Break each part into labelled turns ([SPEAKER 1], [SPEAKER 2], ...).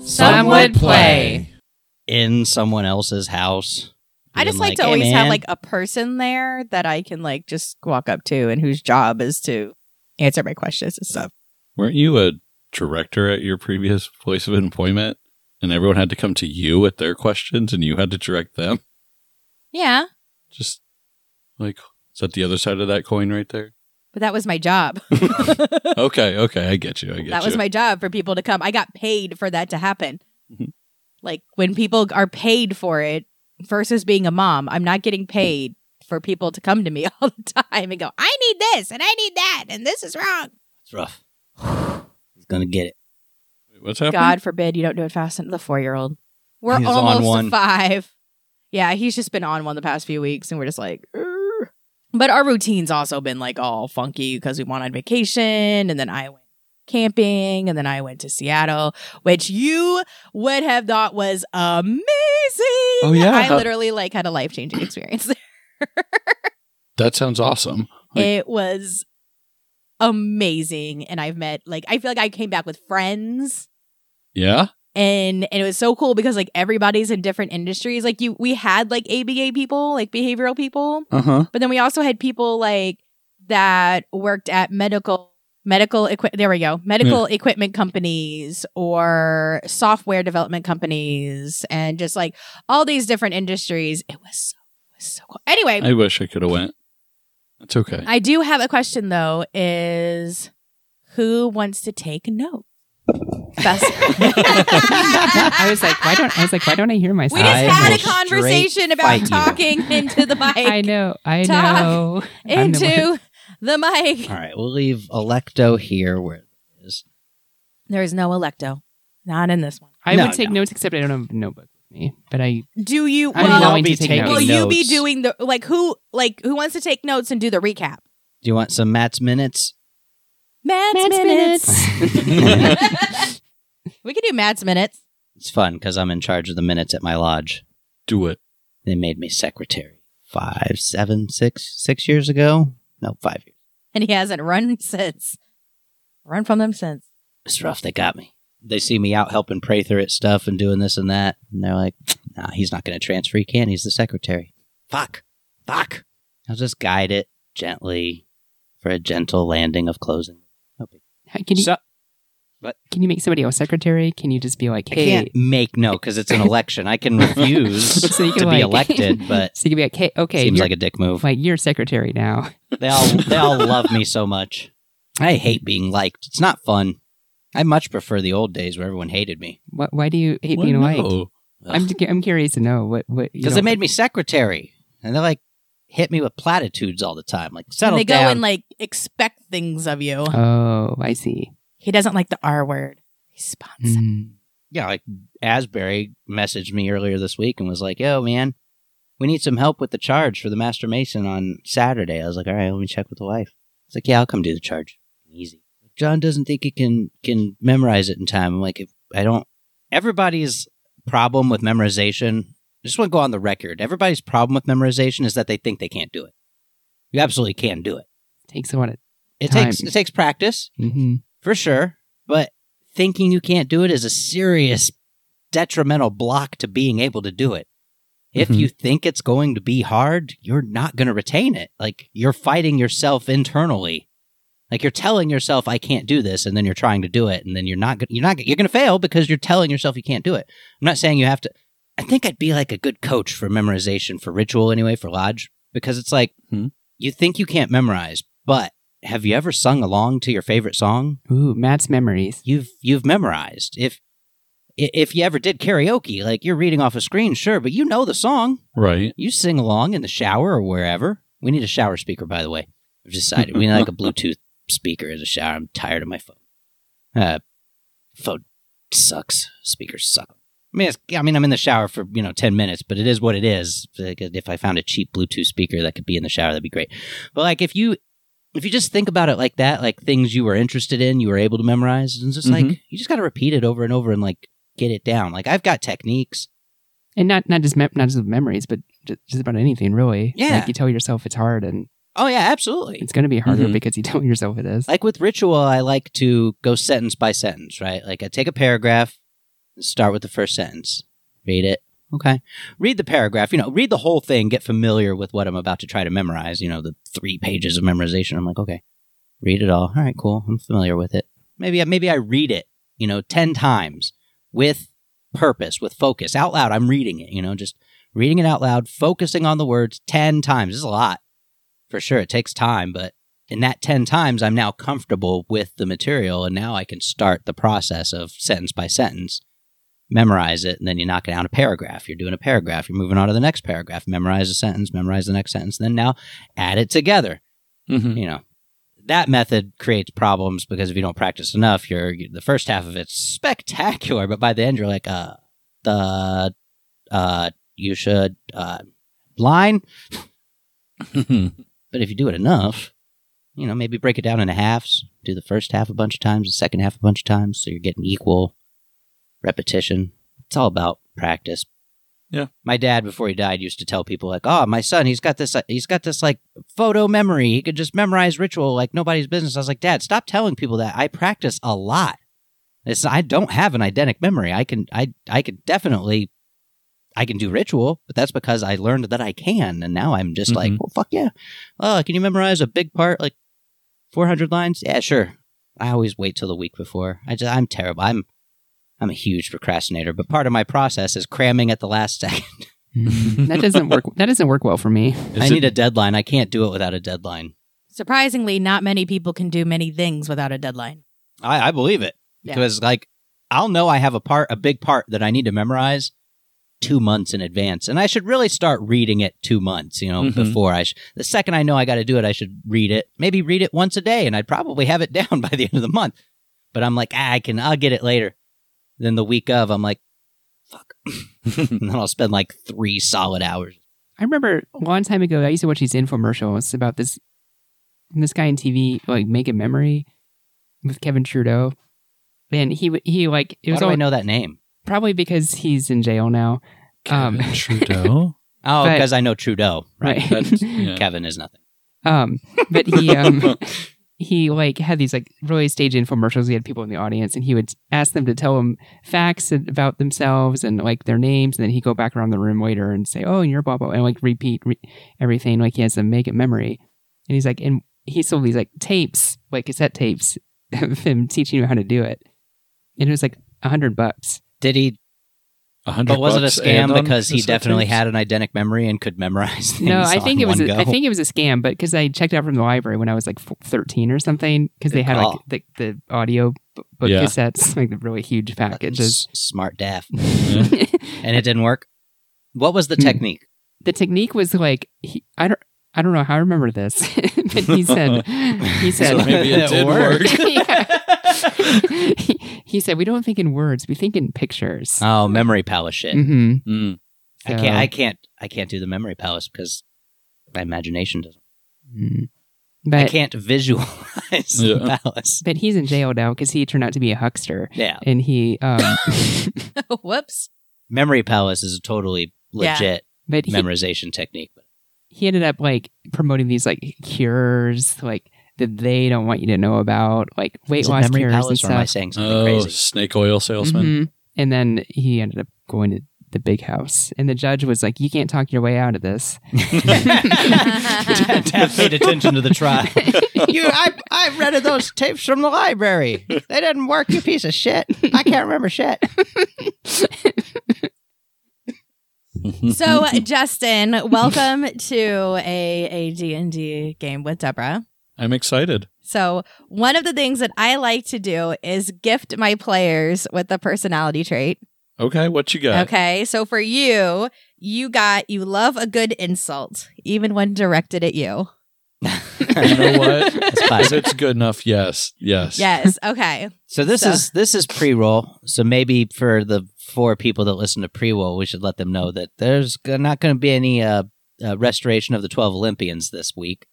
[SPEAKER 1] Some would play.
[SPEAKER 2] in someone else's house.
[SPEAKER 1] I just
[SPEAKER 2] being
[SPEAKER 1] like, to
[SPEAKER 2] "Hey,
[SPEAKER 1] always have
[SPEAKER 2] man."
[SPEAKER 1] like a person there that I can like just walk up to and whose job is to answer my questions and stuff.
[SPEAKER 3] Weren't you a director at your previous place of employment? And everyone had to come to you with their questions and you had to direct them?
[SPEAKER 1] Yeah,
[SPEAKER 3] Just like, is that the other side of that coin right there?
[SPEAKER 1] but that was my job.
[SPEAKER 3] Okay, okay. I get you. I get
[SPEAKER 1] that
[SPEAKER 3] you.
[SPEAKER 1] was my job for people to come. I got paid for that to happen.
[SPEAKER 3] Mhm.
[SPEAKER 1] Like when people are paid for it versus being a mom, I'm not getting paid for people to come to me all the time and go, I need this and I need that and this is wrong.
[SPEAKER 2] It's rough. He's gonna get it.
[SPEAKER 3] Wait, What's happening?
[SPEAKER 1] God forbid you don't do it fast enough. The four year old. We're
[SPEAKER 2] He's on
[SPEAKER 1] almost
[SPEAKER 2] one.
[SPEAKER 1] to five. Yeah, he's just been on one the past few weeks, and we're just like, "Err." but our routine's also been like all funky because we went on vacation, and then I went camping, and then I went to Seattle, which you would have thought was amazing.
[SPEAKER 3] Oh, yeah.
[SPEAKER 1] I literally like had a life changing experience.
[SPEAKER 3] That sounds awesome. Like-
[SPEAKER 1] it was amazing, and I've met like I feel like I came back with friends.
[SPEAKER 3] Yeah?
[SPEAKER 1] and and it was so cool because like everybody's in different industries like you we had like aba people like behavioral people
[SPEAKER 3] Uh huh.
[SPEAKER 1] but then we also had people like that worked at medical medical equi- there we go medical equipment companies or software development companies and just like all these different industries it was so, it was so cool anyway
[SPEAKER 3] I wish I could have went. It's okay.
[SPEAKER 1] I do have a question though. Is who wants to take notes? That's-
[SPEAKER 4] I was like, why don't I was like, why don't I hear myself?
[SPEAKER 1] We just
[SPEAKER 2] I
[SPEAKER 1] had
[SPEAKER 2] will
[SPEAKER 1] a
[SPEAKER 2] straight
[SPEAKER 1] conversation
[SPEAKER 2] fight
[SPEAKER 1] about
[SPEAKER 2] you.
[SPEAKER 1] talking into the mic,
[SPEAKER 4] I know, I
[SPEAKER 1] Talk
[SPEAKER 4] know. I'm the one-
[SPEAKER 1] into the mic.
[SPEAKER 2] All right, we'll leave Electo here where it is.
[SPEAKER 1] There is no electo, not in this one.
[SPEAKER 4] I
[SPEAKER 2] No,
[SPEAKER 4] would take
[SPEAKER 2] no.
[SPEAKER 4] notes, except I don't have a notebook with me. But I,
[SPEAKER 1] Do you?
[SPEAKER 4] I'm
[SPEAKER 2] I'll
[SPEAKER 1] Well,
[SPEAKER 4] going
[SPEAKER 2] be
[SPEAKER 4] to take
[SPEAKER 2] taking
[SPEAKER 4] notes.
[SPEAKER 1] will you be
[SPEAKER 2] notes.
[SPEAKER 1] doing the like who like who wants to take notes and do the recap?
[SPEAKER 2] Do you want some Matt's minutes?
[SPEAKER 1] Matt's,
[SPEAKER 4] Matt's
[SPEAKER 1] minutes.
[SPEAKER 2] it's
[SPEAKER 1] we could do Matt's minutes.
[SPEAKER 2] fun because I'm in charge of the minutes at my lodge.
[SPEAKER 3] Do it.
[SPEAKER 2] They made me secretary five, seven, six, six years ago. No, five years.
[SPEAKER 1] And he hasn't run since. Run from them since.
[SPEAKER 2] It's rough. They got me. They see me out helping Prather at stuff and doing this and that, and they're like, "Nah, he's not going to transfer. He can't. He's the secretary." Fuck. Fuck. I'll just guide it gently for a gentle landing of closing.
[SPEAKER 4] can you,
[SPEAKER 2] So-
[SPEAKER 4] but
[SPEAKER 2] What?
[SPEAKER 4] can you make somebody else secretary? Can you just be like,
[SPEAKER 2] I
[SPEAKER 4] hey,
[SPEAKER 2] can't make no because it's an election. I can refuse
[SPEAKER 4] so you
[SPEAKER 2] to be elected, but
[SPEAKER 4] so you can be like, hey, okay,
[SPEAKER 2] seems
[SPEAKER 4] you're-
[SPEAKER 2] like a dick move.
[SPEAKER 4] like you're secretary now.
[SPEAKER 2] They all they all love me so much. I hate being liked. It's not fun. I much prefer the old days where everyone hated me
[SPEAKER 4] What, why do you hate
[SPEAKER 3] Well,
[SPEAKER 4] being liked?
[SPEAKER 3] no.
[SPEAKER 4] I'm I'm curious to know what what you
[SPEAKER 2] because
[SPEAKER 4] know,
[SPEAKER 2] they made me secretary, and they like hit me with platitudes all the time. Like settle
[SPEAKER 1] and they
[SPEAKER 2] down.
[SPEAKER 1] go and like expect things of you.
[SPEAKER 4] Oh, I see.
[SPEAKER 1] He doesn't like the R word. He's sponsored.
[SPEAKER 2] Hmm.
[SPEAKER 4] Mm.
[SPEAKER 2] yeah, like Asbury messaged me earlier this week and was like, "Yo, man, we need some help with the charge for the Master Mason on Saturday." I was like, "All right, let me check with the wife." It's like, "Yeah, I'll come do the charge." Easy. John doesn't think he can can memorize it in time. I'm like, if I don't. Everybody's problem with memorization. I just want to go on the record. Everybody's problem with memorization is that they think they can't do it. You absolutely can do it.
[SPEAKER 4] Takes a lot. Of,
[SPEAKER 2] It
[SPEAKER 4] Time.
[SPEAKER 2] takes it takes practice
[SPEAKER 4] hmm
[SPEAKER 2] for sure. But thinking you can't do it is a serious detrimental block to being able to do it. If
[SPEAKER 3] Mhm.
[SPEAKER 2] you think it's going to be hard, you're not going to retain it. Like you're fighting yourself internally. Like you're telling yourself I can't do this and then you're trying to do it and then you're not go- you're not you're going to fail because you're telling yourself you can't do it. I'm not saying you have to I think I'd be like a good coach for memorization for ritual anyway for lodge because it's like
[SPEAKER 3] Hmm.
[SPEAKER 2] you think you can't memorize, but have you ever sung along to your favorite song?
[SPEAKER 4] Ooh, Matt's memories.
[SPEAKER 2] you've you've memorized. If i- if you ever did karaoke, like you're reading off a screen, sure, but you know the song.
[SPEAKER 3] Right.
[SPEAKER 2] You sing along in the shower or wherever. We need a shower speaker, by the way. I've decided we need like a Bluetooth speaker in the shower. I'm tired of my phone. Uh, phone sucks. Speakers suck. I mean, it's, I mean, I'm in the shower for you know ten minutes, but it is what it is. Like, If I found a cheap Bluetooth speaker that could be in the shower, that'd be great. But like, if you if you just think about it like that, like things you were interested in, you were able to memorize, and it's just like you just got to repeat it over and over and like get it down. Like I've got techniques.
[SPEAKER 4] and not not just mem- not just with memories, but just, just about anything really.
[SPEAKER 2] Yeah.
[SPEAKER 4] like you tell yourself it's hard, and
[SPEAKER 2] Oh yeah, absolutely.
[SPEAKER 4] it's going to be harder
[SPEAKER 2] Mm-hmm.
[SPEAKER 3] Mhm.
[SPEAKER 4] because you tell yourself it is.
[SPEAKER 2] Like with ritual, I like to go sentence by sentence, right? Like I take a paragraph, Start with the first sentence. Read it. Okay. Read the paragraph. You know, read the whole thing. Get familiar with what I'm about to try to memorize. You know, the three pages of memorization. I'm like, okay, read it all. All right, cool. I'm familiar with it. Maybe, I- maybe I read it. You know, ten times with purpose, with focus, out loud. I'm reading it. You know, just reading it out loud, focusing on the words ten times. This is a lot, for sure. It takes time, but in that 10 times i'm now comfortable with the material and now i can start the process of sentence by sentence memorize it and then you knock it down a paragraph you're doing a paragraph you're moving on to the next paragraph memorize a sentence memorize the next sentence then now add it together
[SPEAKER 3] Mm-hmm.
[SPEAKER 2] you know that method creates problems because if you don't practice enough you're you- the first half of it's spectacular but by the end you're like uh the uh you should uh line
[SPEAKER 3] Mm-hmm.
[SPEAKER 2] but if you do it enough, you know, maybe break it down into halves. Do the first half a bunch of times, the second half a bunch of times, so you're getting equal repetition. It's all about practice.
[SPEAKER 3] Yeah.
[SPEAKER 2] My dad, before he died, used to tell people like, "Oh, my son, he's got this. uh, He's got this like photo memory. He could just memorize ritual like nobody's business." I was like, "Dad, stop telling people that. I practice a lot. It's I don't have an eidetic memory. I can I I could definitely." I can do ritual, but that's because I learned that I can, and now I'm just like,
[SPEAKER 3] Mhm.
[SPEAKER 2] well, fuck yeah, oh, can you memorize a big part, like 400 lines? Yeah, sure. I always wait till the week before. I just, I'm terrible. I'm, I'm a huge procrastinator, but part of my process is cramming at the last second.
[SPEAKER 4] Mm-hmm. that doesn't work. That doesn't work well for me.
[SPEAKER 2] I need a deadline. I can't do it without a deadline.
[SPEAKER 1] Surprisingly, not many people can do many things without a deadline.
[SPEAKER 2] I, I believe it
[SPEAKER 1] Yeah.
[SPEAKER 2] because like I'll know I have a part, a big part that I need to memorize two months in advance, and I should really start reading it two months. You know,
[SPEAKER 3] Mhm.
[SPEAKER 2] before I sh- the second I know I got to do it, I should read it. Maybe read it once a day, and I'd probably have it down by the end of the month. But I'm like, ah, I can, I'll get it later. Then the week of, I'm like, fuck, and then I'll spend like three solid hours.
[SPEAKER 4] I remember a long time ago, I used to watch these infomercials about this this guy on TV, like Make a Memory with Kevin Trudeau. And he, would- he like, it
[SPEAKER 2] How
[SPEAKER 4] was
[SPEAKER 2] do I
[SPEAKER 4] all,
[SPEAKER 2] know that name?
[SPEAKER 4] probably because he's in jail now. Um,
[SPEAKER 3] Kevin Trudeau.
[SPEAKER 2] Oh,
[SPEAKER 4] But-
[SPEAKER 2] because I know Trudeau, right?
[SPEAKER 4] Right.
[SPEAKER 3] That's, yeah.
[SPEAKER 2] Kevin is nothing.
[SPEAKER 4] Um, but he, um, he like had these like really staged infomercials. He had people in the audience and he would ask them to tell him facts about themselves and like their names. And then he'd go back around the room later and say, Oh, and you're blah, blah, and like repeat re- everything. Like he has a make it memory. And he's like, and he sold these like tapes, like cassette tapes of him teaching you how to do it. And it was like a hundred bucks.
[SPEAKER 2] Did he
[SPEAKER 3] 100
[SPEAKER 2] But was it a
[SPEAKER 3] bucks and
[SPEAKER 2] scam
[SPEAKER 3] on
[SPEAKER 2] because he
[SPEAKER 3] cassette
[SPEAKER 2] definitely
[SPEAKER 3] tapes?
[SPEAKER 2] had an eidetic memory and could memorize things?
[SPEAKER 4] No, I think
[SPEAKER 2] on
[SPEAKER 4] it was.
[SPEAKER 2] one go?
[SPEAKER 4] A, I think it was a scam, but because I checked out from the library when I was like f- thirteen or something, because they had like
[SPEAKER 2] call.
[SPEAKER 4] the, the audio b- book
[SPEAKER 3] Yeah.
[SPEAKER 4] cassettes, like the really huge packages.
[SPEAKER 2] S- smart daft,
[SPEAKER 3] Yeah.
[SPEAKER 2] and it didn't work. What was the
[SPEAKER 4] Hmm.
[SPEAKER 2] technique?
[SPEAKER 4] the technique was like he, I don't. I don't know how I remember this, but he said, he
[SPEAKER 3] So
[SPEAKER 4] said,
[SPEAKER 3] maybe it did
[SPEAKER 4] he, he said, we don't think in words, we think in pictures.
[SPEAKER 2] oh, memory palace shit.
[SPEAKER 4] hmm
[SPEAKER 3] Mm.
[SPEAKER 2] I can't. I can't. I can't do the memory palace because my imagination doesn't.
[SPEAKER 4] but
[SPEAKER 2] I can't visualize the
[SPEAKER 3] Yeah.
[SPEAKER 2] palace.
[SPEAKER 4] but he's in jail now because he turned out to be a huckster,
[SPEAKER 2] Yeah,
[SPEAKER 4] and he um,
[SPEAKER 1] Whoops.
[SPEAKER 2] memory palace is a totally
[SPEAKER 1] Yeah.
[SPEAKER 2] legit
[SPEAKER 4] but he,
[SPEAKER 2] memorization technique.
[SPEAKER 4] he ended up like promoting these like cures like that they don't want you to know about like weight
[SPEAKER 2] Is it
[SPEAKER 4] loss
[SPEAKER 2] memory
[SPEAKER 4] cures and
[SPEAKER 2] palace, or am I
[SPEAKER 4] stuff.
[SPEAKER 2] saying something
[SPEAKER 3] Oh,
[SPEAKER 2] crazy?
[SPEAKER 3] snake oil salesman.
[SPEAKER 4] Mhm. And then he ended up going to the big house, and the judge was like, "You can't talk your way out of this."
[SPEAKER 2] Dad paid attention to the trial. you, I, I rented those tapes from the library. They didn't work, you piece of shit. I can't remember shit.
[SPEAKER 1] Mm-hmm. So, uh, Justin, welcome to a, a D&D game with Deborah.
[SPEAKER 3] I'm excited.
[SPEAKER 1] So, one of the things that I like to do is gift my players with a personality trait.
[SPEAKER 3] Okay, what you got?
[SPEAKER 1] Okay. So, for you, you got you love a good insult, even when directed at you.
[SPEAKER 3] You know what?
[SPEAKER 2] That's
[SPEAKER 3] if
[SPEAKER 2] classic.
[SPEAKER 3] it's good enough, yes, yes.
[SPEAKER 1] Yes. Okay.
[SPEAKER 2] So this
[SPEAKER 1] So-
[SPEAKER 2] is this is pre-roll. So maybe for the four people that listen to pre-roll, we should let them know that there's g- not going to be any uh, uh, restoration of the twelve Olympians this week.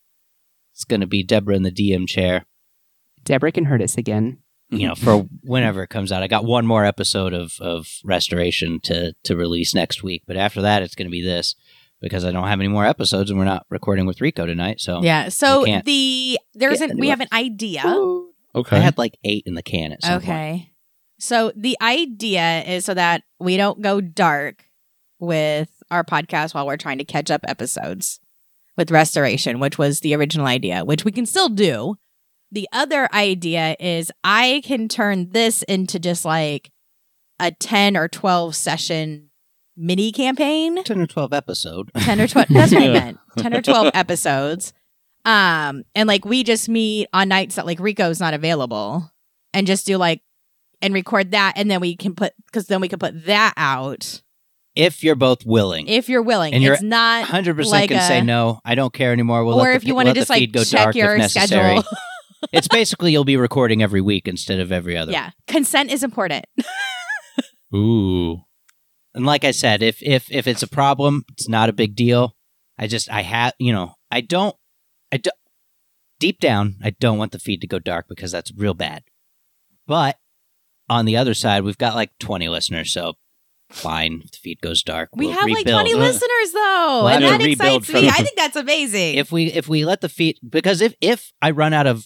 [SPEAKER 2] It's going to be Deborah in the DM chair.
[SPEAKER 4] Deborah can hurt us again.
[SPEAKER 3] Mm.
[SPEAKER 2] You know, for whenever it comes out. I got one more episode of of restoration to to release next week, but after that, it's going to be this because I don't have any more episodes, and we're not recording with Rico tonight. So
[SPEAKER 1] Yeah. So,
[SPEAKER 2] We can't
[SPEAKER 1] the there's
[SPEAKER 2] get
[SPEAKER 1] an
[SPEAKER 2] into
[SPEAKER 1] we
[SPEAKER 2] it.
[SPEAKER 1] have an idea.
[SPEAKER 3] Okay.
[SPEAKER 2] I had like eight in the can at some point.
[SPEAKER 1] Okay. So the idea is so that we don't go dark with our podcast while we're trying to catch up episodes with restoration, which was the original idea, which we can still do. The other idea is I can turn this into just like a 10 or 12 session mini campaign.
[SPEAKER 2] 10 or 12 episode.
[SPEAKER 1] 10 or 12 that's what i
[SPEAKER 3] Yeah.
[SPEAKER 1] meant 10 or 12 episodes um and like we just meet on nights that like rico's not available and just do like and record that and then we can put because then we can put that out
[SPEAKER 2] If you're both willing.
[SPEAKER 1] if you're willing
[SPEAKER 2] And you're
[SPEAKER 1] it's not
[SPEAKER 2] 100%
[SPEAKER 1] like
[SPEAKER 2] can
[SPEAKER 1] a-
[SPEAKER 2] say no. I don't care anymore. We'll
[SPEAKER 1] or
[SPEAKER 2] let
[SPEAKER 1] if
[SPEAKER 2] the,
[SPEAKER 1] you
[SPEAKER 2] we'll
[SPEAKER 1] want to
[SPEAKER 2] let the
[SPEAKER 1] just like
[SPEAKER 2] feed go
[SPEAKER 1] check
[SPEAKER 2] dark if
[SPEAKER 1] your
[SPEAKER 2] necessary.
[SPEAKER 1] schedule
[SPEAKER 2] it's basically you'll be recording every week instead of every other.
[SPEAKER 1] yeah consent is important
[SPEAKER 3] Ooh.
[SPEAKER 2] And like I said, if if if it's a problem, it's not a big deal. I just I have you know I don't I don't deep down I don't want the feed to go dark because that's real bad. But on the other side, we've got like twenty listeners, so fine. If the feed goes dark.
[SPEAKER 1] we
[SPEAKER 2] we'll
[SPEAKER 1] have
[SPEAKER 2] rebuild.
[SPEAKER 1] like 20
[SPEAKER 3] Uh,
[SPEAKER 1] listeners though
[SPEAKER 2] we'll
[SPEAKER 1] and
[SPEAKER 2] have
[SPEAKER 1] that
[SPEAKER 2] to rebuild
[SPEAKER 1] excites
[SPEAKER 2] from-
[SPEAKER 1] me i think that's amazing
[SPEAKER 2] If we if we let the feed because if if I run out of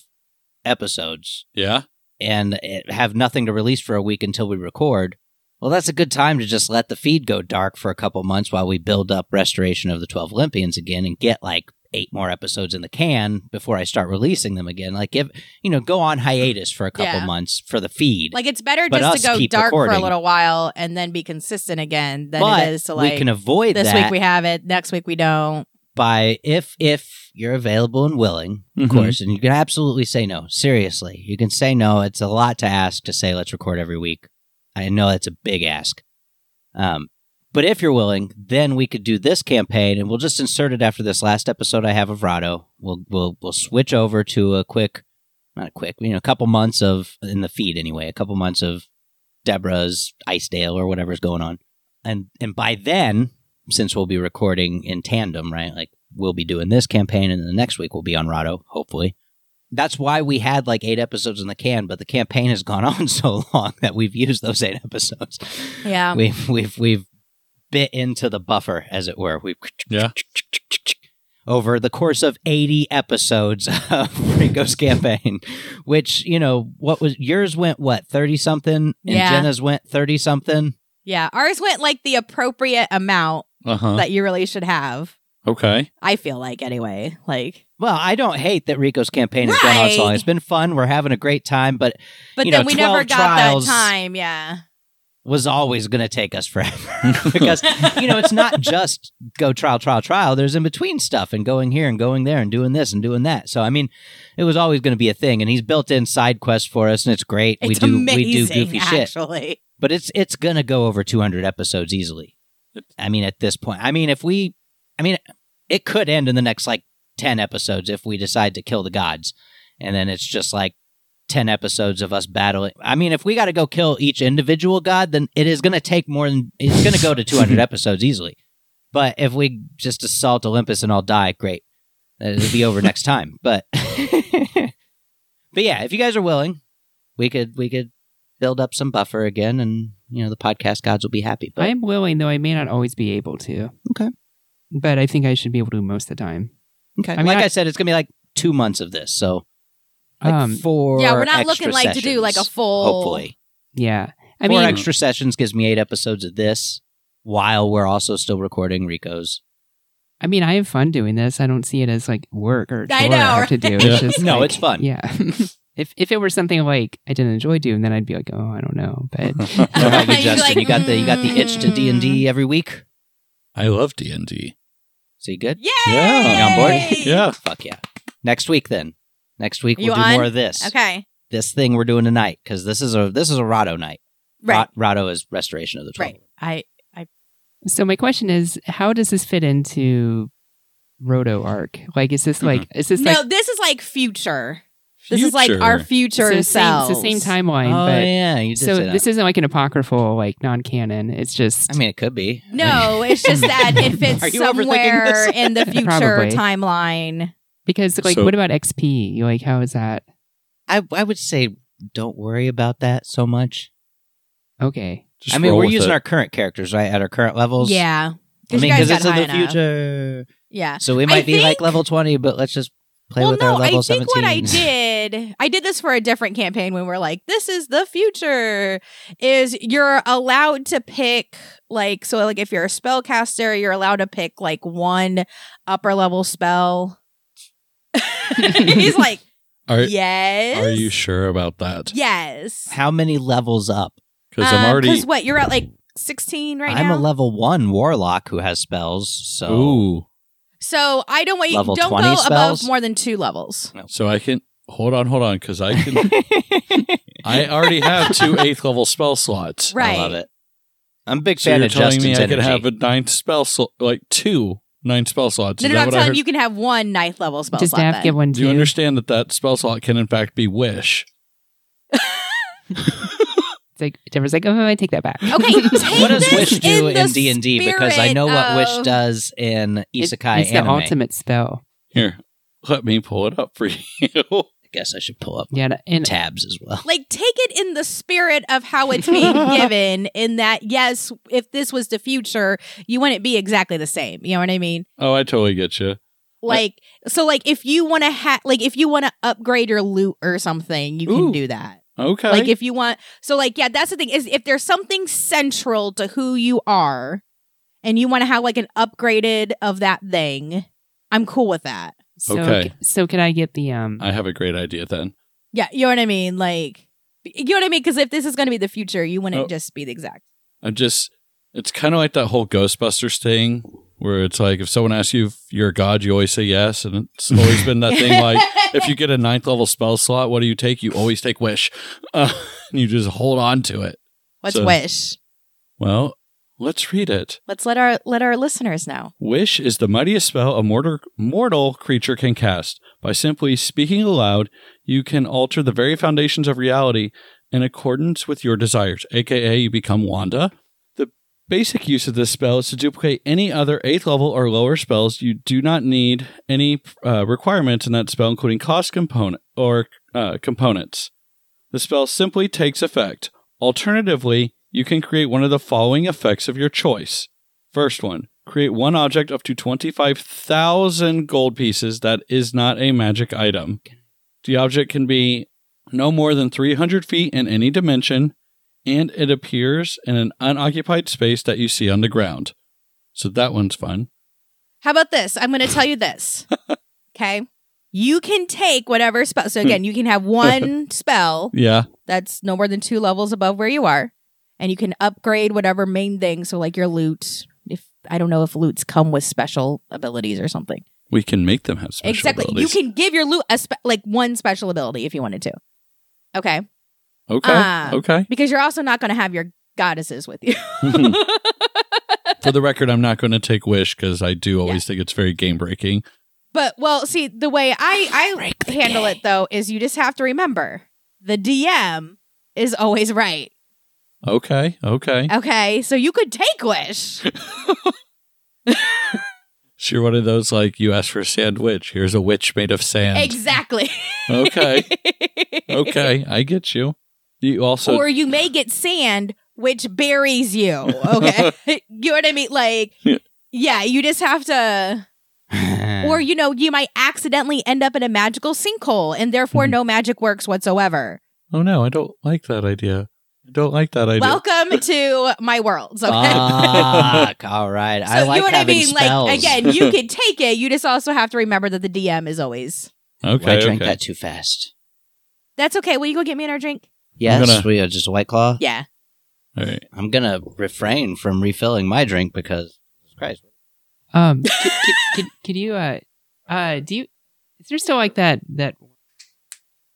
[SPEAKER 2] episodes
[SPEAKER 3] Yeah.
[SPEAKER 2] and eh, have nothing to release for a week until we record, well, that's a good time to just let the feed go dark for a couple months while we build up restoration of the 12 Olympians again and get like eight more episodes in the can before I start releasing them again. Like, if you know, go on hiatus for a couple
[SPEAKER 1] Yeah.
[SPEAKER 2] months for the feed.
[SPEAKER 1] like it's better
[SPEAKER 2] But
[SPEAKER 1] just to
[SPEAKER 2] us
[SPEAKER 1] go
[SPEAKER 2] keep
[SPEAKER 1] dark for a
[SPEAKER 2] recording.
[SPEAKER 1] little while and then be consistent again than
[SPEAKER 2] but
[SPEAKER 1] it is to like
[SPEAKER 2] we can avoid
[SPEAKER 1] this
[SPEAKER 2] that
[SPEAKER 1] week we have it next week we don't
[SPEAKER 2] by if if you're available and willing, of
[SPEAKER 3] Mhm.
[SPEAKER 2] course, and you can absolutely say no. Seriously, you can say no. It's a lot to ask to say let's record every week. I know that's a big ask. Um, but if you're willing, then we could do this campaign, and we'll just insert it after this last episode I have of Rado. We'll we'll we'll switch over to a quick, not a quick, you know, a couple months of in the feed anyway, a couple months of Deborah's Ice Dale or whatever's going on, and and by then since we'll be recording in tandem, right? Like we'll be doing this campaign and then the next week we'll be on Rado, hopefully. That's why we had like eight episodes in the can, but the campaign has gone on so long that we've used those eight episodes.
[SPEAKER 1] Yeah.
[SPEAKER 2] We've we've we've bit into the buffer, as it were. We've
[SPEAKER 3] Yeah.
[SPEAKER 2] over the course of 80 episodes of Rico's campaign, which, you know, what was yours went what, 30 something? And
[SPEAKER 1] Yeah.
[SPEAKER 2] Jenna's went 30 something.
[SPEAKER 1] Yeah, ours went like the appropriate amount
[SPEAKER 3] Uh huh.
[SPEAKER 1] that you really should have.
[SPEAKER 3] Okay.
[SPEAKER 1] I feel like anyway. Like,
[SPEAKER 2] Well, I don't hate that Rico's campaign has gone on so long.
[SPEAKER 1] Right.
[SPEAKER 2] It's been fun. We're having a great time, but
[SPEAKER 1] but
[SPEAKER 2] You
[SPEAKER 1] then
[SPEAKER 2] know,
[SPEAKER 1] we never
[SPEAKER 2] 12
[SPEAKER 1] got
[SPEAKER 2] trials.
[SPEAKER 1] that time. Yeah,
[SPEAKER 2] was always going to take us forever because you know it's not just go trial, trial, trial. There's in between stuff and going here and going there and doing this and doing that. So I mean, it was always going to be a thing, and he's built in side quests for us, and it's great. we
[SPEAKER 1] it's
[SPEAKER 2] do
[SPEAKER 1] amazing.
[SPEAKER 2] we do goofy shit,
[SPEAKER 1] actually.
[SPEAKER 2] but it's it's going to go over 200 episodes easily. I mean, at this point, I mean, if we, I mean, it could end in the next like 10 episodes if we decide to kill the gods. And then it's just like 10 episodes of us battling. I mean, if we got to go kill each individual god, then it is going to take more than, it's going to go to 200 episodes easily. But if we just assault Olympus and all die, great. Uh, It'll be over next time. But, but yeah, if you guys are willing, we could, we could build up some buffer again and, you know, the podcast gods will be happy. But
[SPEAKER 4] I am willing, though I may not always be able to.
[SPEAKER 2] Okay.
[SPEAKER 4] But I think I should be able to most of the time.
[SPEAKER 2] Okay.
[SPEAKER 4] I mean,
[SPEAKER 2] like I,
[SPEAKER 4] I-
[SPEAKER 2] said, it's gonna be like two months of this, so like
[SPEAKER 4] Um,
[SPEAKER 2] four.
[SPEAKER 1] yeah, we're not
[SPEAKER 2] extra
[SPEAKER 1] looking like to do like a
[SPEAKER 2] sessions,
[SPEAKER 1] full.
[SPEAKER 2] Hopefully,
[SPEAKER 4] Yeah. I
[SPEAKER 2] four
[SPEAKER 4] mean,
[SPEAKER 2] extra sessions gives me eight episodes of this, while we're also still recording Rico's.
[SPEAKER 4] I mean, I have fun doing this. I don't see it as like work or a
[SPEAKER 1] I
[SPEAKER 4] chore
[SPEAKER 1] know,
[SPEAKER 4] I, have to do. It's
[SPEAKER 3] Yeah.
[SPEAKER 4] just
[SPEAKER 2] No,
[SPEAKER 4] like-
[SPEAKER 2] it's fun.
[SPEAKER 4] Yeah. if if it were something like I didn't enjoy doing, then I'd be like, oh, I don't know. But
[SPEAKER 2] How about you,
[SPEAKER 1] You're
[SPEAKER 2] Justin?
[SPEAKER 1] like,
[SPEAKER 2] you got the you got the itch to
[SPEAKER 1] mm.
[SPEAKER 2] D and D every week.
[SPEAKER 3] I love D and D.
[SPEAKER 2] So you good?
[SPEAKER 1] Yay!
[SPEAKER 3] Yeah.
[SPEAKER 2] You on board?
[SPEAKER 3] Yeah.
[SPEAKER 2] Fuck yeah! Next week then. Next week
[SPEAKER 1] You
[SPEAKER 2] we'll do
[SPEAKER 1] on?
[SPEAKER 2] more of this.
[SPEAKER 1] Okay.
[SPEAKER 2] This thing we're doing tonight because this is a this is a Rado night.
[SPEAKER 1] Right.
[SPEAKER 2] Ra- Rado is restoration of the twelve.
[SPEAKER 1] Right. I.
[SPEAKER 4] so my question is, how does this fit into Roto Arc? Like, is this like
[SPEAKER 2] Mm-hmm.
[SPEAKER 4] is this
[SPEAKER 1] no,
[SPEAKER 4] like
[SPEAKER 1] this is like future. This is like our
[SPEAKER 4] so
[SPEAKER 1] future
[SPEAKER 4] it's the same, it's
[SPEAKER 1] selves.
[SPEAKER 4] the same timeline?
[SPEAKER 2] Oh
[SPEAKER 4] but
[SPEAKER 2] yeah, you did
[SPEAKER 4] so
[SPEAKER 2] say that.
[SPEAKER 4] this isn't like an apocryphal, like non-canon. It's just
[SPEAKER 2] I mean, it could be.
[SPEAKER 1] No, it's just that it
[SPEAKER 2] Are
[SPEAKER 1] fits
[SPEAKER 2] you overthinking
[SPEAKER 1] somewhere
[SPEAKER 2] this?
[SPEAKER 1] in the future
[SPEAKER 4] Probably.
[SPEAKER 1] timeline.
[SPEAKER 4] because like,
[SPEAKER 3] So-
[SPEAKER 4] what about XP? Like, how is that?
[SPEAKER 2] I I would say don't worry about that so much.
[SPEAKER 4] Okay,
[SPEAKER 3] Just
[SPEAKER 2] I mean,
[SPEAKER 3] roll
[SPEAKER 2] we're
[SPEAKER 3] with
[SPEAKER 2] using
[SPEAKER 3] it.
[SPEAKER 2] our current characters, right, at our current levels.
[SPEAKER 1] Yeah.
[SPEAKER 2] I
[SPEAKER 1] you
[SPEAKER 2] mean, because
[SPEAKER 1] guys got
[SPEAKER 2] it's in
[SPEAKER 1] high
[SPEAKER 2] the
[SPEAKER 1] enough.
[SPEAKER 2] future,
[SPEAKER 1] Yeah.
[SPEAKER 2] so we might be like
[SPEAKER 1] think-
[SPEAKER 2] level twenty, but let's just play
[SPEAKER 1] well,
[SPEAKER 2] with
[SPEAKER 1] no,
[SPEAKER 2] our level
[SPEAKER 1] I think
[SPEAKER 2] seventeen.
[SPEAKER 1] what I did did I did this for a different campaign when we're like, this is the future. Is you're allowed to pick like so like if you're a spellcaster, you're allowed to pick like one upper level spell. He's like,
[SPEAKER 3] Are,
[SPEAKER 1] yes.
[SPEAKER 3] are you sure about that?
[SPEAKER 1] Yes.
[SPEAKER 2] How many levels up?
[SPEAKER 3] Because I'm
[SPEAKER 1] Um,
[SPEAKER 3] already.
[SPEAKER 1] what you're at like 16 right
[SPEAKER 2] I'm
[SPEAKER 1] now.
[SPEAKER 2] a level one warlock who has spells. So
[SPEAKER 3] Ooh.
[SPEAKER 1] so I don't want you
[SPEAKER 2] Level
[SPEAKER 1] don't
[SPEAKER 2] 20
[SPEAKER 1] go above
[SPEAKER 2] spells?
[SPEAKER 1] more than two levels.
[SPEAKER 3] So I can. Hold on, hold on, because I can. I already have two eighth level spell slots.
[SPEAKER 1] Right.
[SPEAKER 2] I love it. I'm a big
[SPEAKER 3] So
[SPEAKER 2] fan
[SPEAKER 3] you're
[SPEAKER 2] of
[SPEAKER 3] telling
[SPEAKER 2] Justin's
[SPEAKER 3] me I
[SPEAKER 2] energy.
[SPEAKER 3] could have a ninth spell slot, like two ninth spell slots.
[SPEAKER 1] No,
[SPEAKER 3] Is
[SPEAKER 1] no, no,
[SPEAKER 3] that
[SPEAKER 1] I'm
[SPEAKER 3] what I
[SPEAKER 1] telling
[SPEAKER 3] heard?
[SPEAKER 1] you, you can have one ninth level spell
[SPEAKER 4] Does
[SPEAKER 1] slot.
[SPEAKER 4] Daph
[SPEAKER 1] then.
[SPEAKER 4] get one
[SPEAKER 3] Do you
[SPEAKER 4] too?
[SPEAKER 3] understand that that spell slot can in fact be wish?
[SPEAKER 4] It's like Deborah's like, oh, I take that back.
[SPEAKER 1] Okay, take
[SPEAKER 2] what does
[SPEAKER 1] this
[SPEAKER 2] Wish do in D and D?
[SPEAKER 1] D?
[SPEAKER 2] Because I know what Wish does in
[SPEAKER 4] It-
[SPEAKER 2] Isekai
[SPEAKER 4] it's
[SPEAKER 2] anime.
[SPEAKER 4] the ultimate spell.
[SPEAKER 3] Here, let me pull it up for you.
[SPEAKER 2] I guess I should pull up
[SPEAKER 4] Yeah, and- and
[SPEAKER 2] tabs as well.
[SPEAKER 1] Like, take it in the spirit of how it's being given. In that, yes, if this was the future, you wouldn't be exactly the same. You know what I mean?
[SPEAKER 3] oh, I totally get you.
[SPEAKER 1] Like, so, like, if you want to have, like, if you want to upgrade your loot or something, you can
[SPEAKER 3] Ooh.
[SPEAKER 1] do that.
[SPEAKER 3] Okay.
[SPEAKER 1] Like, if you want, so, like, yeah, that's the thing is if there's something central to who you are, and you want to have like an upgraded of that thing, I'm cool with that.
[SPEAKER 4] so,
[SPEAKER 3] Okay.
[SPEAKER 4] so can I get the um?
[SPEAKER 3] I have a great idea then.
[SPEAKER 1] Yeah, you know what I mean? Like, you know what I mean? Because if this is going to be the future, you wouldn't
[SPEAKER 3] Oh.
[SPEAKER 1] just be the exact.
[SPEAKER 3] I'm just, it's kind of like that whole Ghostbusters thing where it's like if someone asks you if you're a god, you always say yes. And it's always been that thing like if you get a ninth level spell slot, what do you take? You always take wish. Uh, and you just hold on to it.
[SPEAKER 1] What's
[SPEAKER 3] So-
[SPEAKER 1] wish?
[SPEAKER 3] Well, let's read it.
[SPEAKER 1] Let's let our let our listeners know.
[SPEAKER 3] Wish is the mightiest spell a mortar, mortal creature can cast. By simply speaking aloud, you can alter the very foundations of reality in accordance with your desires, aka you become Wanda. The basic use of this spell is to duplicate any other 8th level or lower spells. You do not need any uh, requirements in that spell, including cost component or uh, components. The spell simply takes effect. Alternatively, you can create one of the following effects of your choice. First one, create one object up to 25,000 gold pieces that is not a magic item. The object can be no more than 300 feet in any dimension, and it appears in an unoccupied space that you see on the ground. So that one's fun.
[SPEAKER 1] How about this? I'm going to tell you this. Okay, you can take whatever spell.
[SPEAKER 3] Hmm.
[SPEAKER 1] So again, you can have one spell
[SPEAKER 3] Yeah.
[SPEAKER 1] that's no more than two levels above where you are, and you can upgrade whatever main thing. So like your loot. If I don't know if loots come with special abilities or something.
[SPEAKER 3] We can make them have special
[SPEAKER 1] exactly.
[SPEAKER 3] abilities.
[SPEAKER 1] You can give your loot a spe- like one special ability if you wanted to. Okay.
[SPEAKER 3] okay.
[SPEAKER 1] Ah.
[SPEAKER 3] okay.
[SPEAKER 1] Because you're also not going to have your goddesses with you.
[SPEAKER 3] For the record, I'm not going to take wish because I do always think it's very game breaking.
[SPEAKER 1] But well, see, the way I I handle it though is you just have to remember the DM is always right.
[SPEAKER 3] Okay. Okay.
[SPEAKER 1] Okay, so you could take wish.
[SPEAKER 3] So you're one of those like, you asked for a sandwich. Here's a witch made of sand.
[SPEAKER 1] exactly.
[SPEAKER 3] okay. okay, I get you. You also
[SPEAKER 1] or you may get sand which buries you. Okay. you know what I mean? Like
[SPEAKER 3] Yeah.
[SPEAKER 1] yeah, you just have to Or, you know, you might accidentally end up in a magical sinkhole and therefore
[SPEAKER 3] Mhm.
[SPEAKER 1] no magic works whatsoever.
[SPEAKER 3] Oh no, I don't like that idea. I don't like that idea.
[SPEAKER 1] Welcome to my world.
[SPEAKER 3] Ah,
[SPEAKER 1] Okay.
[SPEAKER 2] Fuck. All right. I like having spells.
[SPEAKER 1] Like again, you can take it. You just also have to remember that the DM is always.
[SPEAKER 2] Well, I
[SPEAKER 3] okay,
[SPEAKER 2] drank
[SPEAKER 3] okay.
[SPEAKER 2] that too fast.
[SPEAKER 1] That's okay. Will you go get me another drink?
[SPEAKER 2] Yes,
[SPEAKER 3] gonna-
[SPEAKER 2] we are just a white claw.
[SPEAKER 1] Yeah.
[SPEAKER 3] All right.
[SPEAKER 2] I'm gonna refrain from refilling my drink because Christ.
[SPEAKER 4] Um, could, could, could, could you uh, uh, do you? Is there still like that that?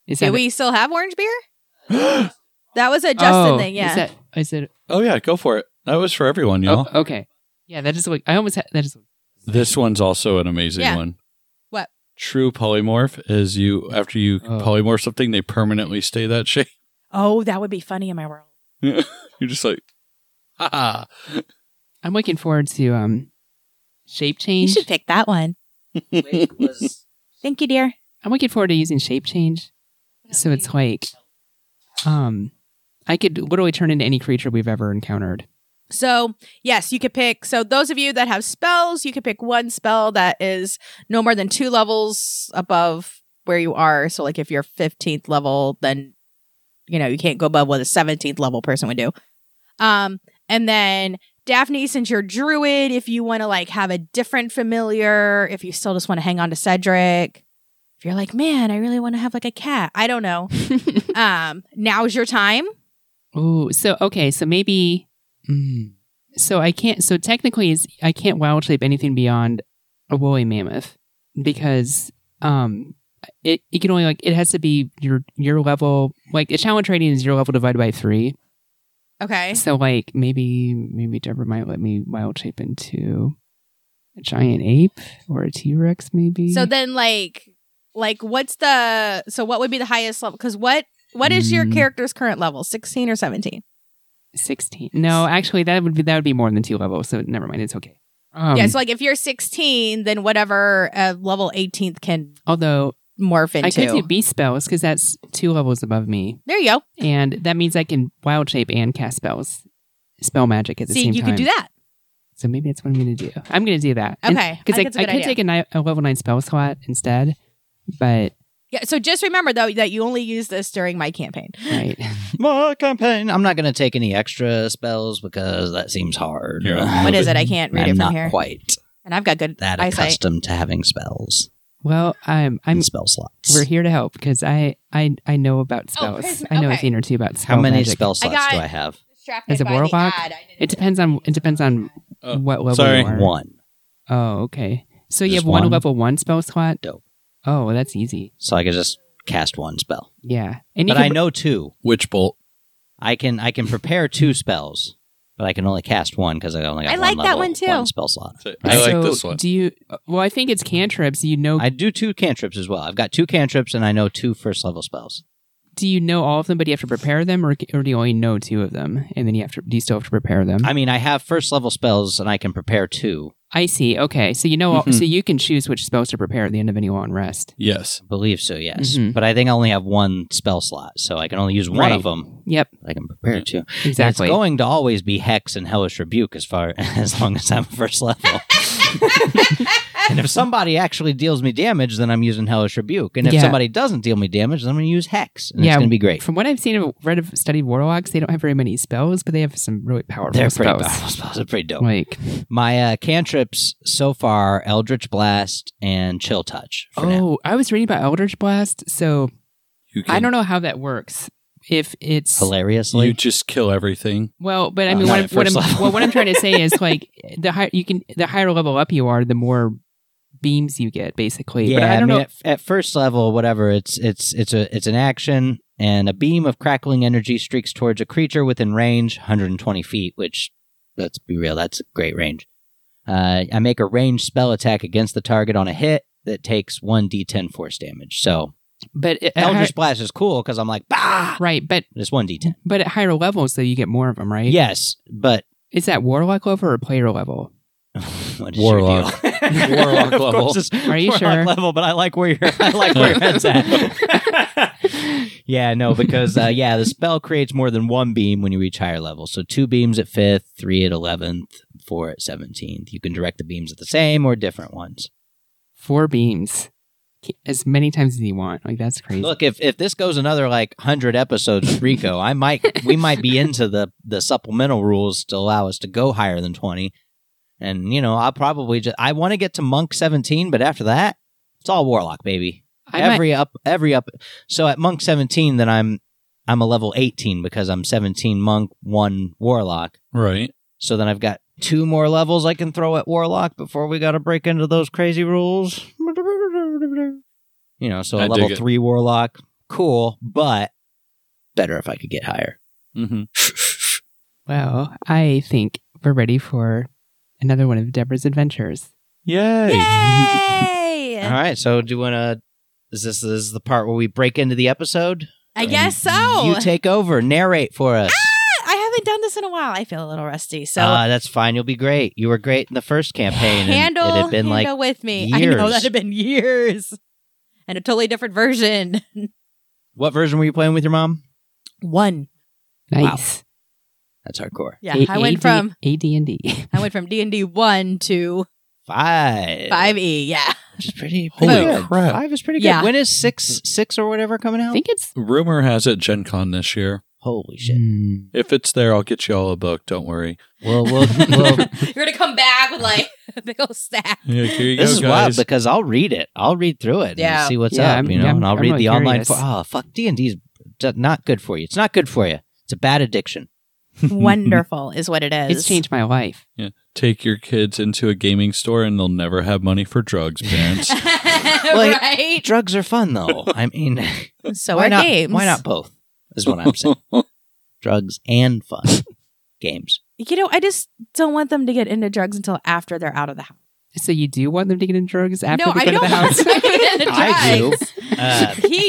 [SPEAKER 4] Is
[SPEAKER 1] Do
[SPEAKER 4] that
[SPEAKER 1] we still have orange beer? That was a Justin
[SPEAKER 4] oh,
[SPEAKER 1] thing.
[SPEAKER 4] Is
[SPEAKER 1] Yeah.
[SPEAKER 4] that? Is it?
[SPEAKER 3] Oh yeah, go for it. That was for everyone, y'all.
[SPEAKER 4] Oh, okay. Yeah, that is like I almost had that is.
[SPEAKER 3] This one's also an amazing
[SPEAKER 1] Yeah.
[SPEAKER 3] one.
[SPEAKER 1] What?
[SPEAKER 3] True polymorph is you after you
[SPEAKER 4] Oh.
[SPEAKER 3] polymorph something, they permanently stay that shape.
[SPEAKER 1] oh, that would be funny in my world.
[SPEAKER 3] You're just like, ah.
[SPEAKER 4] I'm looking forward to um, shape
[SPEAKER 1] You
[SPEAKER 4] change.
[SPEAKER 1] should pick that one.
[SPEAKER 2] Was,
[SPEAKER 1] Thank you, dear.
[SPEAKER 4] I'm looking forward to using shape change. So it's like, um, I could literally turn into any creature we've ever encountered.
[SPEAKER 1] So, yes, you could pick. So, those of you that have spells, you could pick one spell that is no more than two levels above where you are. So like if you're 15th level, then you know, you can't go above what a 17th level person would do. Um and then Daphne, since you're druid, if you want to like have a different familiar, if you still just want to hang on to Cedric, if you're like, man, I really want to have like a cat, I don't know. um, now's your time.
[SPEAKER 4] Ooh, so okay, so maybe. Mm, so I can't. So technically, is I can't wild shape anything beyond a woolly mammoth because um, it it can only like it has to be your your level. Like a challenge rating is your level divided by three.
[SPEAKER 1] Okay.
[SPEAKER 4] So like maybe maybe Deborah might let me wild shape into a giant ape or a T Rex maybe.
[SPEAKER 1] So then like like what's the so what would be the highest level cuz what what is your
[SPEAKER 4] Mm.
[SPEAKER 1] character's current level? 16 or 17?
[SPEAKER 4] sixteen. No, actually that would be that would be more than two levels. So never mind, it's okay. Um,
[SPEAKER 1] yeah, so like if you're 16, then whatever uh, level 18th can
[SPEAKER 4] although
[SPEAKER 1] morph
[SPEAKER 4] I could
[SPEAKER 1] into.
[SPEAKER 4] do beast spells because that's two levels above me,
[SPEAKER 1] there you go.
[SPEAKER 4] and that means I can wild shape and cast spells, spell magic at the
[SPEAKER 1] See,
[SPEAKER 4] same
[SPEAKER 1] you
[SPEAKER 4] time.
[SPEAKER 1] can do that.
[SPEAKER 4] So maybe that's what I'm going to do. I'm going to do that.
[SPEAKER 1] Okay, I
[SPEAKER 4] because
[SPEAKER 1] think
[SPEAKER 4] I,
[SPEAKER 1] that's a
[SPEAKER 4] I
[SPEAKER 1] good
[SPEAKER 4] could
[SPEAKER 1] idea.
[SPEAKER 4] take a, ni- a level nine spell slot instead, but
[SPEAKER 1] Yeah, so just remember though that you only use this during my campaign.
[SPEAKER 4] right.
[SPEAKER 2] My campaign. I'm not going to take any extra spells because that seems hard.
[SPEAKER 3] Yeah.
[SPEAKER 1] What is it? I can't read
[SPEAKER 2] I'm
[SPEAKER 1] it
[SPEAKER 2] not
[SPEAKER 1] from here.
[SPEAKER 2] quite
[SPEAKER 1] And I've got good
[SPEAKER 2] that
[SPEAKER 1] eyesight.
[SPEAKER 2] accustomed to having spells
[SPEAKER 4] well, I'm
[SPEAKER 2] and
[SPEAKER 4] I'm
[SPEAKER 2] spell slots.
[SPEAKER 4] we're here to help because I, I I know about
[SPEAKER 1] Oh,
[SPEAKER 4] spells.
[SPEAKER 1] prism-
[SPEAKER 4] I know
[SPEAKER 1] okay.
[SPEAKER 4] a thing or two about spell
[SPEAKER 2] How many
[SPEAKER 4] magic.
[SPEAKER 2] spell
[SPEAKER 1] I
[SPEAKER 2] slots
[SPEAKER 1] got-
[SPEAKER 2] do I have?
[SPEAKER 1] Distracted
[SPEAKER 4] As a
[SPEAKER 1] by the
[SPEAKER 4] warlock,
[SPEAKER 1] ad. I didn't
[SPEAKER 4] It depends on it depends on
[SPEAKER 3] Oh,
[SPEAKER 4] what level
[SPEAKER 3] sorry.
[SPEAKER 4] you are.
[SPEAKER 2] One.
[SPEAKER 4] Oh, okay. So you
[SPEAKER 2] Just
[SPEAKER 4] have one,
[SPEAKER 2] one?
[SPEAKER 4] level one spell slot.
[SPEAKER 2] Dope.
[SPEAKER 4] Oh, well, that's easy.
[SPEAKER 2] So I can just cast one spell.
[SPEAKER 4] Yeah, and you
[SPEAKER 2] But
[SPEAKER 4] can,
[SPEAKER 2] I know two.
[SPEAKER 3] Witch bolt.
[SPEAKER 2] I can I can prepare two spells, but I can only cast one because I only got
[SPEAKER 1] I
[SPEAKER 2] one
[SPEAKER 1] like that
[SPEAKER 2] level,
[SPEAKER 1] one, too.
[SPEAKER 2] One spell slot.
[SPEAKER 3] I
[SPEAKER 4] so
[SPEAKER 3] like this one.
[SPEAKER 4] Do you? uh, Well, I think it's cantrips. You know?
[SPEAKER 2] I do two cantrips as well. I've got two cantrips and I know two first level spells.
[SPEAKER 4] do you know all of them? But you have to prepare them, or, or do you only know two of them, and then you have to? Do you still have to prepare them?
[SPEAKER 2] I mean, I have first level spells and I can prepare two.
[SPEAKER 4] I see. Okay, so you know. all
[SPEAKER 3] Mhm.
[SPEAKER 4] So you can choose which spells to prepare at the end of any long rest.
[SPEAKER 3] Yes.
[SPEAKER 2] I believe so, yes.
[SPEAKER 4] Mhm.
[SPEAKER 2] But I think I only have one spell slot, so I can only use one of
[SPEAKER 4] Right.
[SPEAKER 2] them.
[SPEAKER 4] Yep.
[SPEAKER 2] I can prepare two.
[SPEAKER 4] Exactly.
[SPEAKER 2] It's going to always be hex and hellish rebuke as far as long as I'm first level. and if somebody actually deals me damage, then I'm using hellish rebuke. And if
[SPEAKER 4] Yeah.
[SPEAKER 2] somebody doesn't deal me damage, then I'm going to use hex, and
[SPEAKER 4] Yeah.
[SPEAKER 2] it's going to be great.
[SPEAKER 4] From what I've seen of read of studied warlocks, they don't have very many spells, but they have some really powerful
[SPEAKER 2] They're pretty
[SPEAKER 4] spells.
[SPEAKER 2] powerful spells. They're pretty dope.
[SPEAKER 4] Like
[SPEAKER 2] My uh, cantrips so far: Eldritch Blast and Chill Touch. For
[SPEAKER 4] oh,
[SPEAKER 2] now. Hmm.
[SPEAKER 4] I was reading about Eldritch Blast, so
[SPEAKER 3] You can,
[SPEAKER 4] I don't know how that works. If it's
[SPEAKER 2] hilariously.
[SPEAKER 3] You just kill everything.
[SPEAKER 4] well, but I
[SPEAKER 2] Uh,
[SPEAKER 4] mean, what
[SPEAKER 2] not
[SPEAKER 4] I'm,
[SPEAKER 2] at
[SPEAKER 4] what I'm
[SPEAKER 2] first level.
[SPEAKER 4] well, what I'm trying to say is like the higher you can, the higher level up you are, the more beams you get, basically.
[SPEAKER 2] yeah,
[SPEAKER 4] but I
[SPEAKER 2] I,
[SPEAKER 4] don't
[SPEAKER 2] mean,
[SPEAKER 4] know.
[SPEAKER 2] at, at first level, whatever, it's it's it's a it's an action, and a beam of crackling energy streaks towards a creature within range, 120 feet. Which, let's be real, that's a great range. Uh, I make a ranged spell attack against the target on a hit that takes one d10 force damage. So
[SPEAKER 4] but at at
[SPEAKER 2] Eldritch
[SPEAKER 4] higher,
[SPEAKER 2] Blast is cool because I'm like, bah,
[SPEAKER 4] right, but
[SPEAKER 2] it's one d10.
[SPEAKER 4] but at higher levels, though, you get more of them, right?
[SPEAKER 2] Yes, but
[SPEAKER 4] Is that warlock level or player level?
[SPEAKER 2] what is your
[SPEAKER 3] Warlock.
[SPEAKER 2] deal?
[SPEAKER 3] Warlock
[SPEAKER 2] Of course
[SPEAKER 3] level.
[SPEAKER 2] it's
[SPEAKER 4] Are you
[SPEAKER 2] warlock
[SPEAKER 4] sure?
[SPEAKER 2] level, but I like where you're. I like where your head's at. yeah, no, because uh, yeah, the spell creates more than one beam when you reach higher levels. So two beams at fifth, three at eleventh, four at seventeenth. You can direct the beams at the same or different ones.
[SPEAKER 4] Four beams, as many times as you want. Like that's crazy.
[SPEAKER 2] Look, if if this goes another like hundred episodes with Rico, I might we might be into the the supplemental rules to allow us to go higher than twenty. And you know, I'll probably just I want to get to monk seventeen, but after that, it's all warlock, baby.
[SPEAKER 4] I might-
[SPEAKER 2] every up every up so at monk 17 then i'm i'm a level 18 because i'm 17 monk 1 warlock
[SPEAKER 3] Right.
[SPEAKER 2] so then i've got two more levels i can throw at warlock before we gotta break into those crazy rules you know so
[SPEAKER 3] I
[SPEAKER 2] a
[SPEAKER 3] dig
[SPEAKER 2] level
[SPEAKER 3] it.
[SPEAKER 2] 3 warlock cool but better if i could get higher
[SPEAKER 3] Mm-hmm.
[SPEAKER 4] well, I think we're ready for another one of Deborah's adventures.
[SPEAKER 3] Yay.
[SPEAKER 1] Yay!
[SPEAKER 2] all right so do you wanna is this, this is the part where we break into the episode
[SPEAKER 1] I guess so.
[SPEAKER 2] you take over narrate for us
[SPEAKER 1] I haven't done this in a while. I feel a little rusty. Ah, So
[SPEAKER 4] Uh,
[SPEAKER 2] Ah, that's fine. You'll be great. You were great in the first campaign. and
[SPEAKER 1] handle,
[SPEAKER 2] it had been like
[SPEAKER 1] handle with me. I know
[SPEAKER 2] years.
[SPEAKER 1] that had been years. And a totally different version.
[SPEAKER 2] what version were you playing with your mom?
[SPEAKER 1] One.
[SPEAKER 4] Nice.
[SPEAKER 2] That's hardcore.
[SPEAKER 1] Yeah.
[SPEAKER 4] A-
[SPEAKER 1] I went
[SPEAKER 4] AD
[SPEAKER 1] from
[SPEAKER 4] AD&D.
[SPEAKER 1] I went from D and D one to
[SPEAKER 2] Five.
[SPEAKER 1] five E. Yeah.
[SPEAKER 2] which is pretty.
[SPEAKER 3] Holy
[SPEAKER 2] pretty good.
[SPEAKER 3] crap.
[SPEAKER 2] Five is pretty good.
[SPEAKER 1] Yeah.
[SPEAKER 2] When is six, six or whatever coming
[SPEAKER 4] I
[SPEAKER 2] out?
[SPEAKER 4] think it's
[SPEAKER 3] Rumor has it Gen Con this year.
[SPEAKER 2] Holy shit!
[SPEAKER 4] Hmm.
[SPEAKER 3] If it's there, I'll get you all a book. Don't worry.
[SPEAKER 2] Well, well, well.
[SPEAKER 1] You're gonna come back with like a big old stack.
[SPEAKER 3] Yeah, here you
[SPEAKER 2] This
[SPEAKER 3] go,
[SPEAKER 2] is wild
[SPEAKER 3] guys.
[SPEAKER 2] because I'll read it. I'll read through it
[SPEAKER 1] Yeah.
[SPEAKER 2] and see what's
[SPEAKER 4] Yeah,
[SPEAKER 2] up,
[SPEAKER 4] I'm-
[SPEAKER 2] you know,
[SPEAKER 4] I'm-
[SPEAKER 2] and I'll
[SPEAKER 4] I'm
[SPEAKER 2] read
[SPEAKER 4] really
[SPEAKER 2] the online.
[SPEAKER 4] curious.
[SPEAKER 2] For- oh, fuck, D and D's not good for you. It's not good for you. It's a bad addiction.
[SPEAKER 1] Wonderful is what it is.
[SPEAKER 4] it's changed my life.
[SPEAKER 3] Take your kids into a gaming store and they'll never have money for drugs, parents.
[SPEAKER 1] right?
[SPEAKER 2] Drugs are fun though. I mean,
[SPEAKER 1] So
[SPEAKER 2] why
[SPEAKER 1] are
[SPEAKER 2] not?
[SPEAKER 1] games.
[SPEAKER 2] Why not both? Is what I'm saying. Drugs and fun games.
[SPEAKER 1] You know, I just don't want them to get into drugs until after they're out of the house.
[SPEAKER 4] So you do want them to get into drugs after
[SPEAKER 1] no,
[SPEAKER 4] they
[SPEAKER 1] I
[SPEAKER 4] go
[SPEAKER 1] don't
[SPEAKER 4] to the
[SPEAKER 1] want
[SPEAKER 4] house?
[SPEAKER 1] them to get into drugs.
[SPEAKER 2] I do. Uh,
[SPEAKER 1] He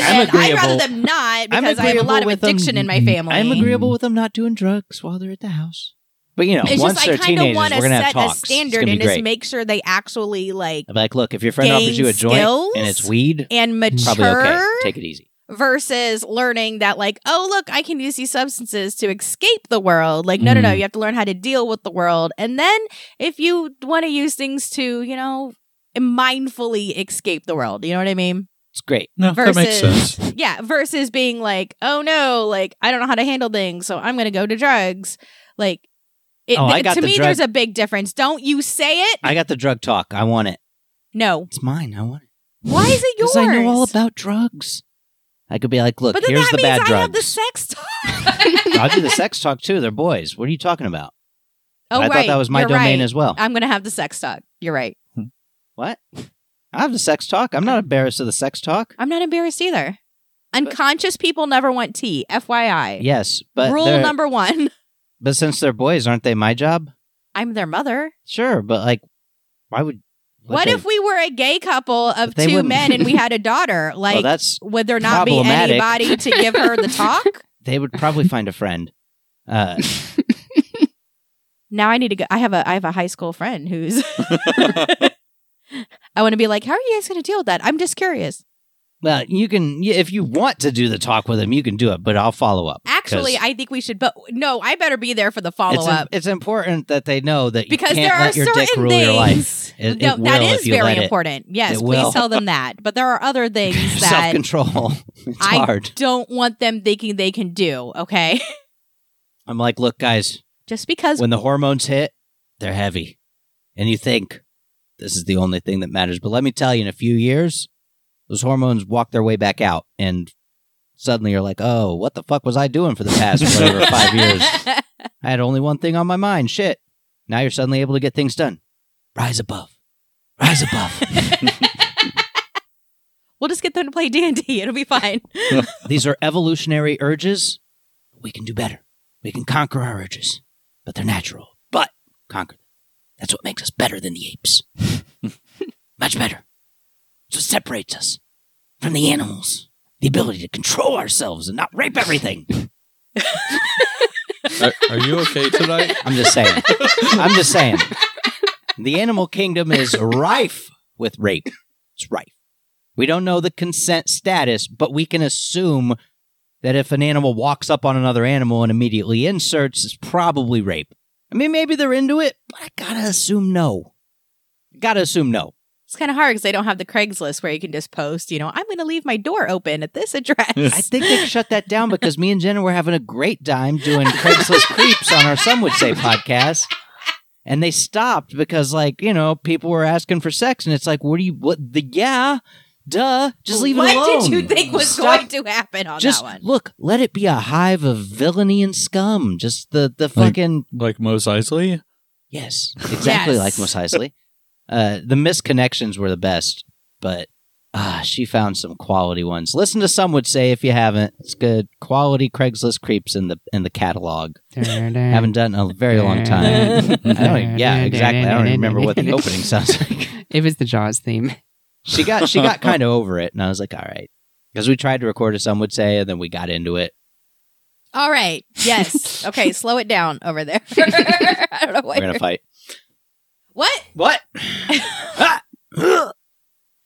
[SPEAKER 2] I'm
[SPEAKER 1] and I'd rather
[SPEAKER 2] agreeable.
[SPEAKER 1] them not
[SPEAKER 2] I'm
[SPEAKER 1] because I have a lot
[SPEAKER 2] agreeable
[SPEAKER 1] of
[SPEAKER 2] with them.
[SPEAKER 1] addiction in my family.
[SPEAKER 2] I'm agreeable with them not doing drugs while they're at the house. But you know,
[SPEAKER 1] It's
[SPEAKER 2] once
[SPEAKER 1] just I
[SPEAKER 2] they're
[SPEAKER 1] kind of
[SPEAKER 2] teenagers, we're
[SPEAKER 1] want to
[SPEAKER 2] gonna have
[SPEAKER 1] set a
[SPEAKER 2] talks. it's
[SPEAKER 1] standard
[SPEAKER 2] gonna be
[SPEAKER 1] and just
[SPEAKER 2] great.
[SPEAKER 1] make sure they actually like
[SPEAKER 2] I'm like, look, if your friend offers
[SPEAKER 1] gain
[SPEAKER 2] you a joint
[SPEAKER 1] skills
[SPEAKER 2] and it's weed,
[SPEAKER 1] and mature
[SPEAKER 2] probably okay. Take it easy.
[SPEAKER 1] versus learning that like oh look I can use these substances to escape the world. Like no no no
[SPEAKER 2] Mm.
[SPEAKER 1] you have to learn how to deal with the world and then if you want to use things to you know mindfully escape the world. You know what I mean?
[SPEAKER 2] It's great.
[SPEAKER 3] no, that makes
[SPEAKER 1] Versus-
[SPEAKER 3] sense.
[SPEAKER 1] Yeah, versus being like, oh no, like I don't know how to handle things, so I'm gonna go to drugs. Like, it,
[SPEAKER 2] Oh, I
[SPEAKER 1] th-
[SPEAKER 2] got
[SPEAKER 1] to
[SPEAKER 2] the
[SPEAKER 1] me,
[SPEAKER 2] drug-
[SPEAKER 1] there's a big difference. Don't you say it?
[SPEAKER 2] I got the drug talk. I want it.
[SPEAKER 1] No.
[SPEAKER 2] It's mine. I want it.
[SPEAKER 1] Why is it yours?
[SPEAKER 2] Because I know all about drugs. I could be like, look,
[SPEAKER 1] But then
[SPEAKER 2] here's
[SPEAKER 1] that
[SPEAKER 2] the
[SPEAKER 1] means
[SPEAKER 2] bad
[SPEAKER 1] I have
[SPEAKER 2] drugs.
[SPEAKER 1] the sex talk.
[SPEAKER 2] I'll do the sex talk too. They're boys. What are you talking about? I
[SPEAKER 1] oh, right.
[SPEAKER 2] thought that was my
[SPEAKER 1] You're
[SPEAKER 2] domain
[SPEAKER 1] right. Uh,
[SPEAKER 2] as well.
[SPEAKER 1] I'm gonna have the sex talk. You're right.
[SPEAKER 2] what? I have the sex talk. I'm not embarrassed of the sex talk.
[SPEAKER 1] I'm not embarrassed either. Unconscious people never want tea. FYI.
[SPEAKER 2] Yes, but
[SPEAKER 1] Rule
[SPEAKER 2] they're-
[SPEAKER 1] number one.
[SPEAKER 2] but since they're boys, aren't they my job?
[SPEAKER 1] I'm their mother.
[SPEAKER 2] Sure, but like, why would?
[SPEAKER 1] What if we were a gay couple of
[SPEAKER 2] But they
[SPEAKER 1] two
[SPEAKER 2] wouldn't-
[SPEAKER 1] men and we had a daughter? Like,
[SPEAKER 2] well, that's
[SPEAKER 1] would there not be
[SPEAKER 2] Problematic.
[SPEAKER 1] anybody to give her the talk?
[SPEAKER 2] they would probably find a friend. Uh,
[SPEAKER 1] now I need to go. I have a I have a high school friend who's. I want to be like, how are you guys going to deal with that? I'm just curious.
[SPEAKER 2] well, you can yeah, if you want to do the talk with them, you can do it, but I'll follow up. 'cause
[SPEAKER 1] Actually, I think we should. But no, I better be there for the
[SPEAKER 2] it's,
[SPEAKER 1] follow
[SPEAKER 2] im-
[SPEAKER 1] up
[SPEAKER 2] it's important that they know that
[SPEAKER 1] because
[SPEAKER 2] you can't
[SPEAKER 1] there are
[SPEAKER 2] let your dick
[SPEAKER 1] certain
[SPEAKER 2] rule your life.
[SPEAKER 1] things.
[SPEAKER 2] It-
[SPEAKER 1] no,
[SPEAKER 2] it
[SPEAKER 1] that
[SPEAKER 2] will
[SPEAKER 1] is
[SPEAKER 2] if you let
[SPEAKER 1] very
[SPEAKER 2] it.
[SPEAKER 1] important.
[SPEAKER 2] It
[SPEAKER 1] Yes, please
[SPEAKER 2] will.
[SPEAKER 1] tell them that. But there are other things
[SPEAKER 2] Self
[SPEAKER 1] that
[SPEAKER 2] control. It's
[SPEAKER 1] I-
[SPEAKER 2] hard.
[SPEAKER 1] don't want them thinking they can do. Okay,
[SPEAKER 2] I'm like, look, guys,
[SPEAKER 1] just because
[SPEAKER 2] when the hormones hit, they're heavy. And you think this is the only thing that matters. But let me tell you, in a few years, those hormones walk their way back out. And suddenly you're like, oh, what the fuck was I doing for the past whatever, five years? I had only one thing on my mind. Shit. Now you're suddenly able to get things done. Rise above. Rise above.
[SPEAKER 1] we'll just get them to play D and D. It'll be fine.
[SPEAKER 2] These are evolutionary urges. We can do better. We can conquer our urges, but they're natural. But conquer them. That's what makes us better than the apes. Much better. It's what separates us from the animals. The ability to control ourselves and not rape everything.
[SPEAKER 3] Are, are you okay tonight?
[SPEAKER 2] I'm just saying. I'm just saying. The animal kingdom is rife with rape. It's rife. We don't know the consent status, but we can assume that if an animal walks up on another animal and immediately inserts, it's probably rape. I mean, maybe they're into it, but I gotta assume no. Gotta assume no.
[SPEAKER 1] It's kind of hard because they don't have the Craigslist where you can just post, you know, I'm going to leave my door open at this address.
[SPEAKER 2] I think they shut that down because me and Jenna were having a great time doing Craigslist creeps on our Some Would Say podcast. And they stopped because, like, you know, people were asking for sex, and it's like, what do you, what, the, yeah, duh, just leave
[SPEAKER 1] what
[SPEAKER 2] it alone.
[SPEAKER 1] did you think was
[SPEAKER 2] Stop-
[SPEAKER 1] going to happen on
[SPEAKER 2] Just
[SPEAKER 1] that one?
[SPEAKER 2] look, let it be a hive of villainy and scum. Just the, the
[SPEAKER 3] Like-
[SPEAKER 2] fucking,
[SPEAKER 3] Like Mos Eisley?
[SPEAKER 2] yes, exactly
[SPEAKER 1] Yes.
[SPEAKER 2] like Miss Heisley. Uh, the misconnections were the best, but ah, she found some quality ones. Listen to some would say if you haven't, it's good quality Craigslist creeps in the in the catalog. Haven't done in a very long time. I don't, yeah, exactly. I don't even remember what the opening sounds like.
[SPEAKER 4] It was the Jaws theme.
[SPEAKER 2] She got she got kind of over it, and I was like, all right, because we tried to record a some would say, and then we got into it.
[SPEAKER 1] All right. Yes. okay. Slow it down over there. I don't know
[SPEAKER 2] We're
[SPEAKER 1] what.
[SPEAKER 2] gonna
[SPEAKER 1] you're-
[SPEAKER 2] fight.
[SPEAKER 1] What?
[SPEAKER 2] What? Ah! Ugh.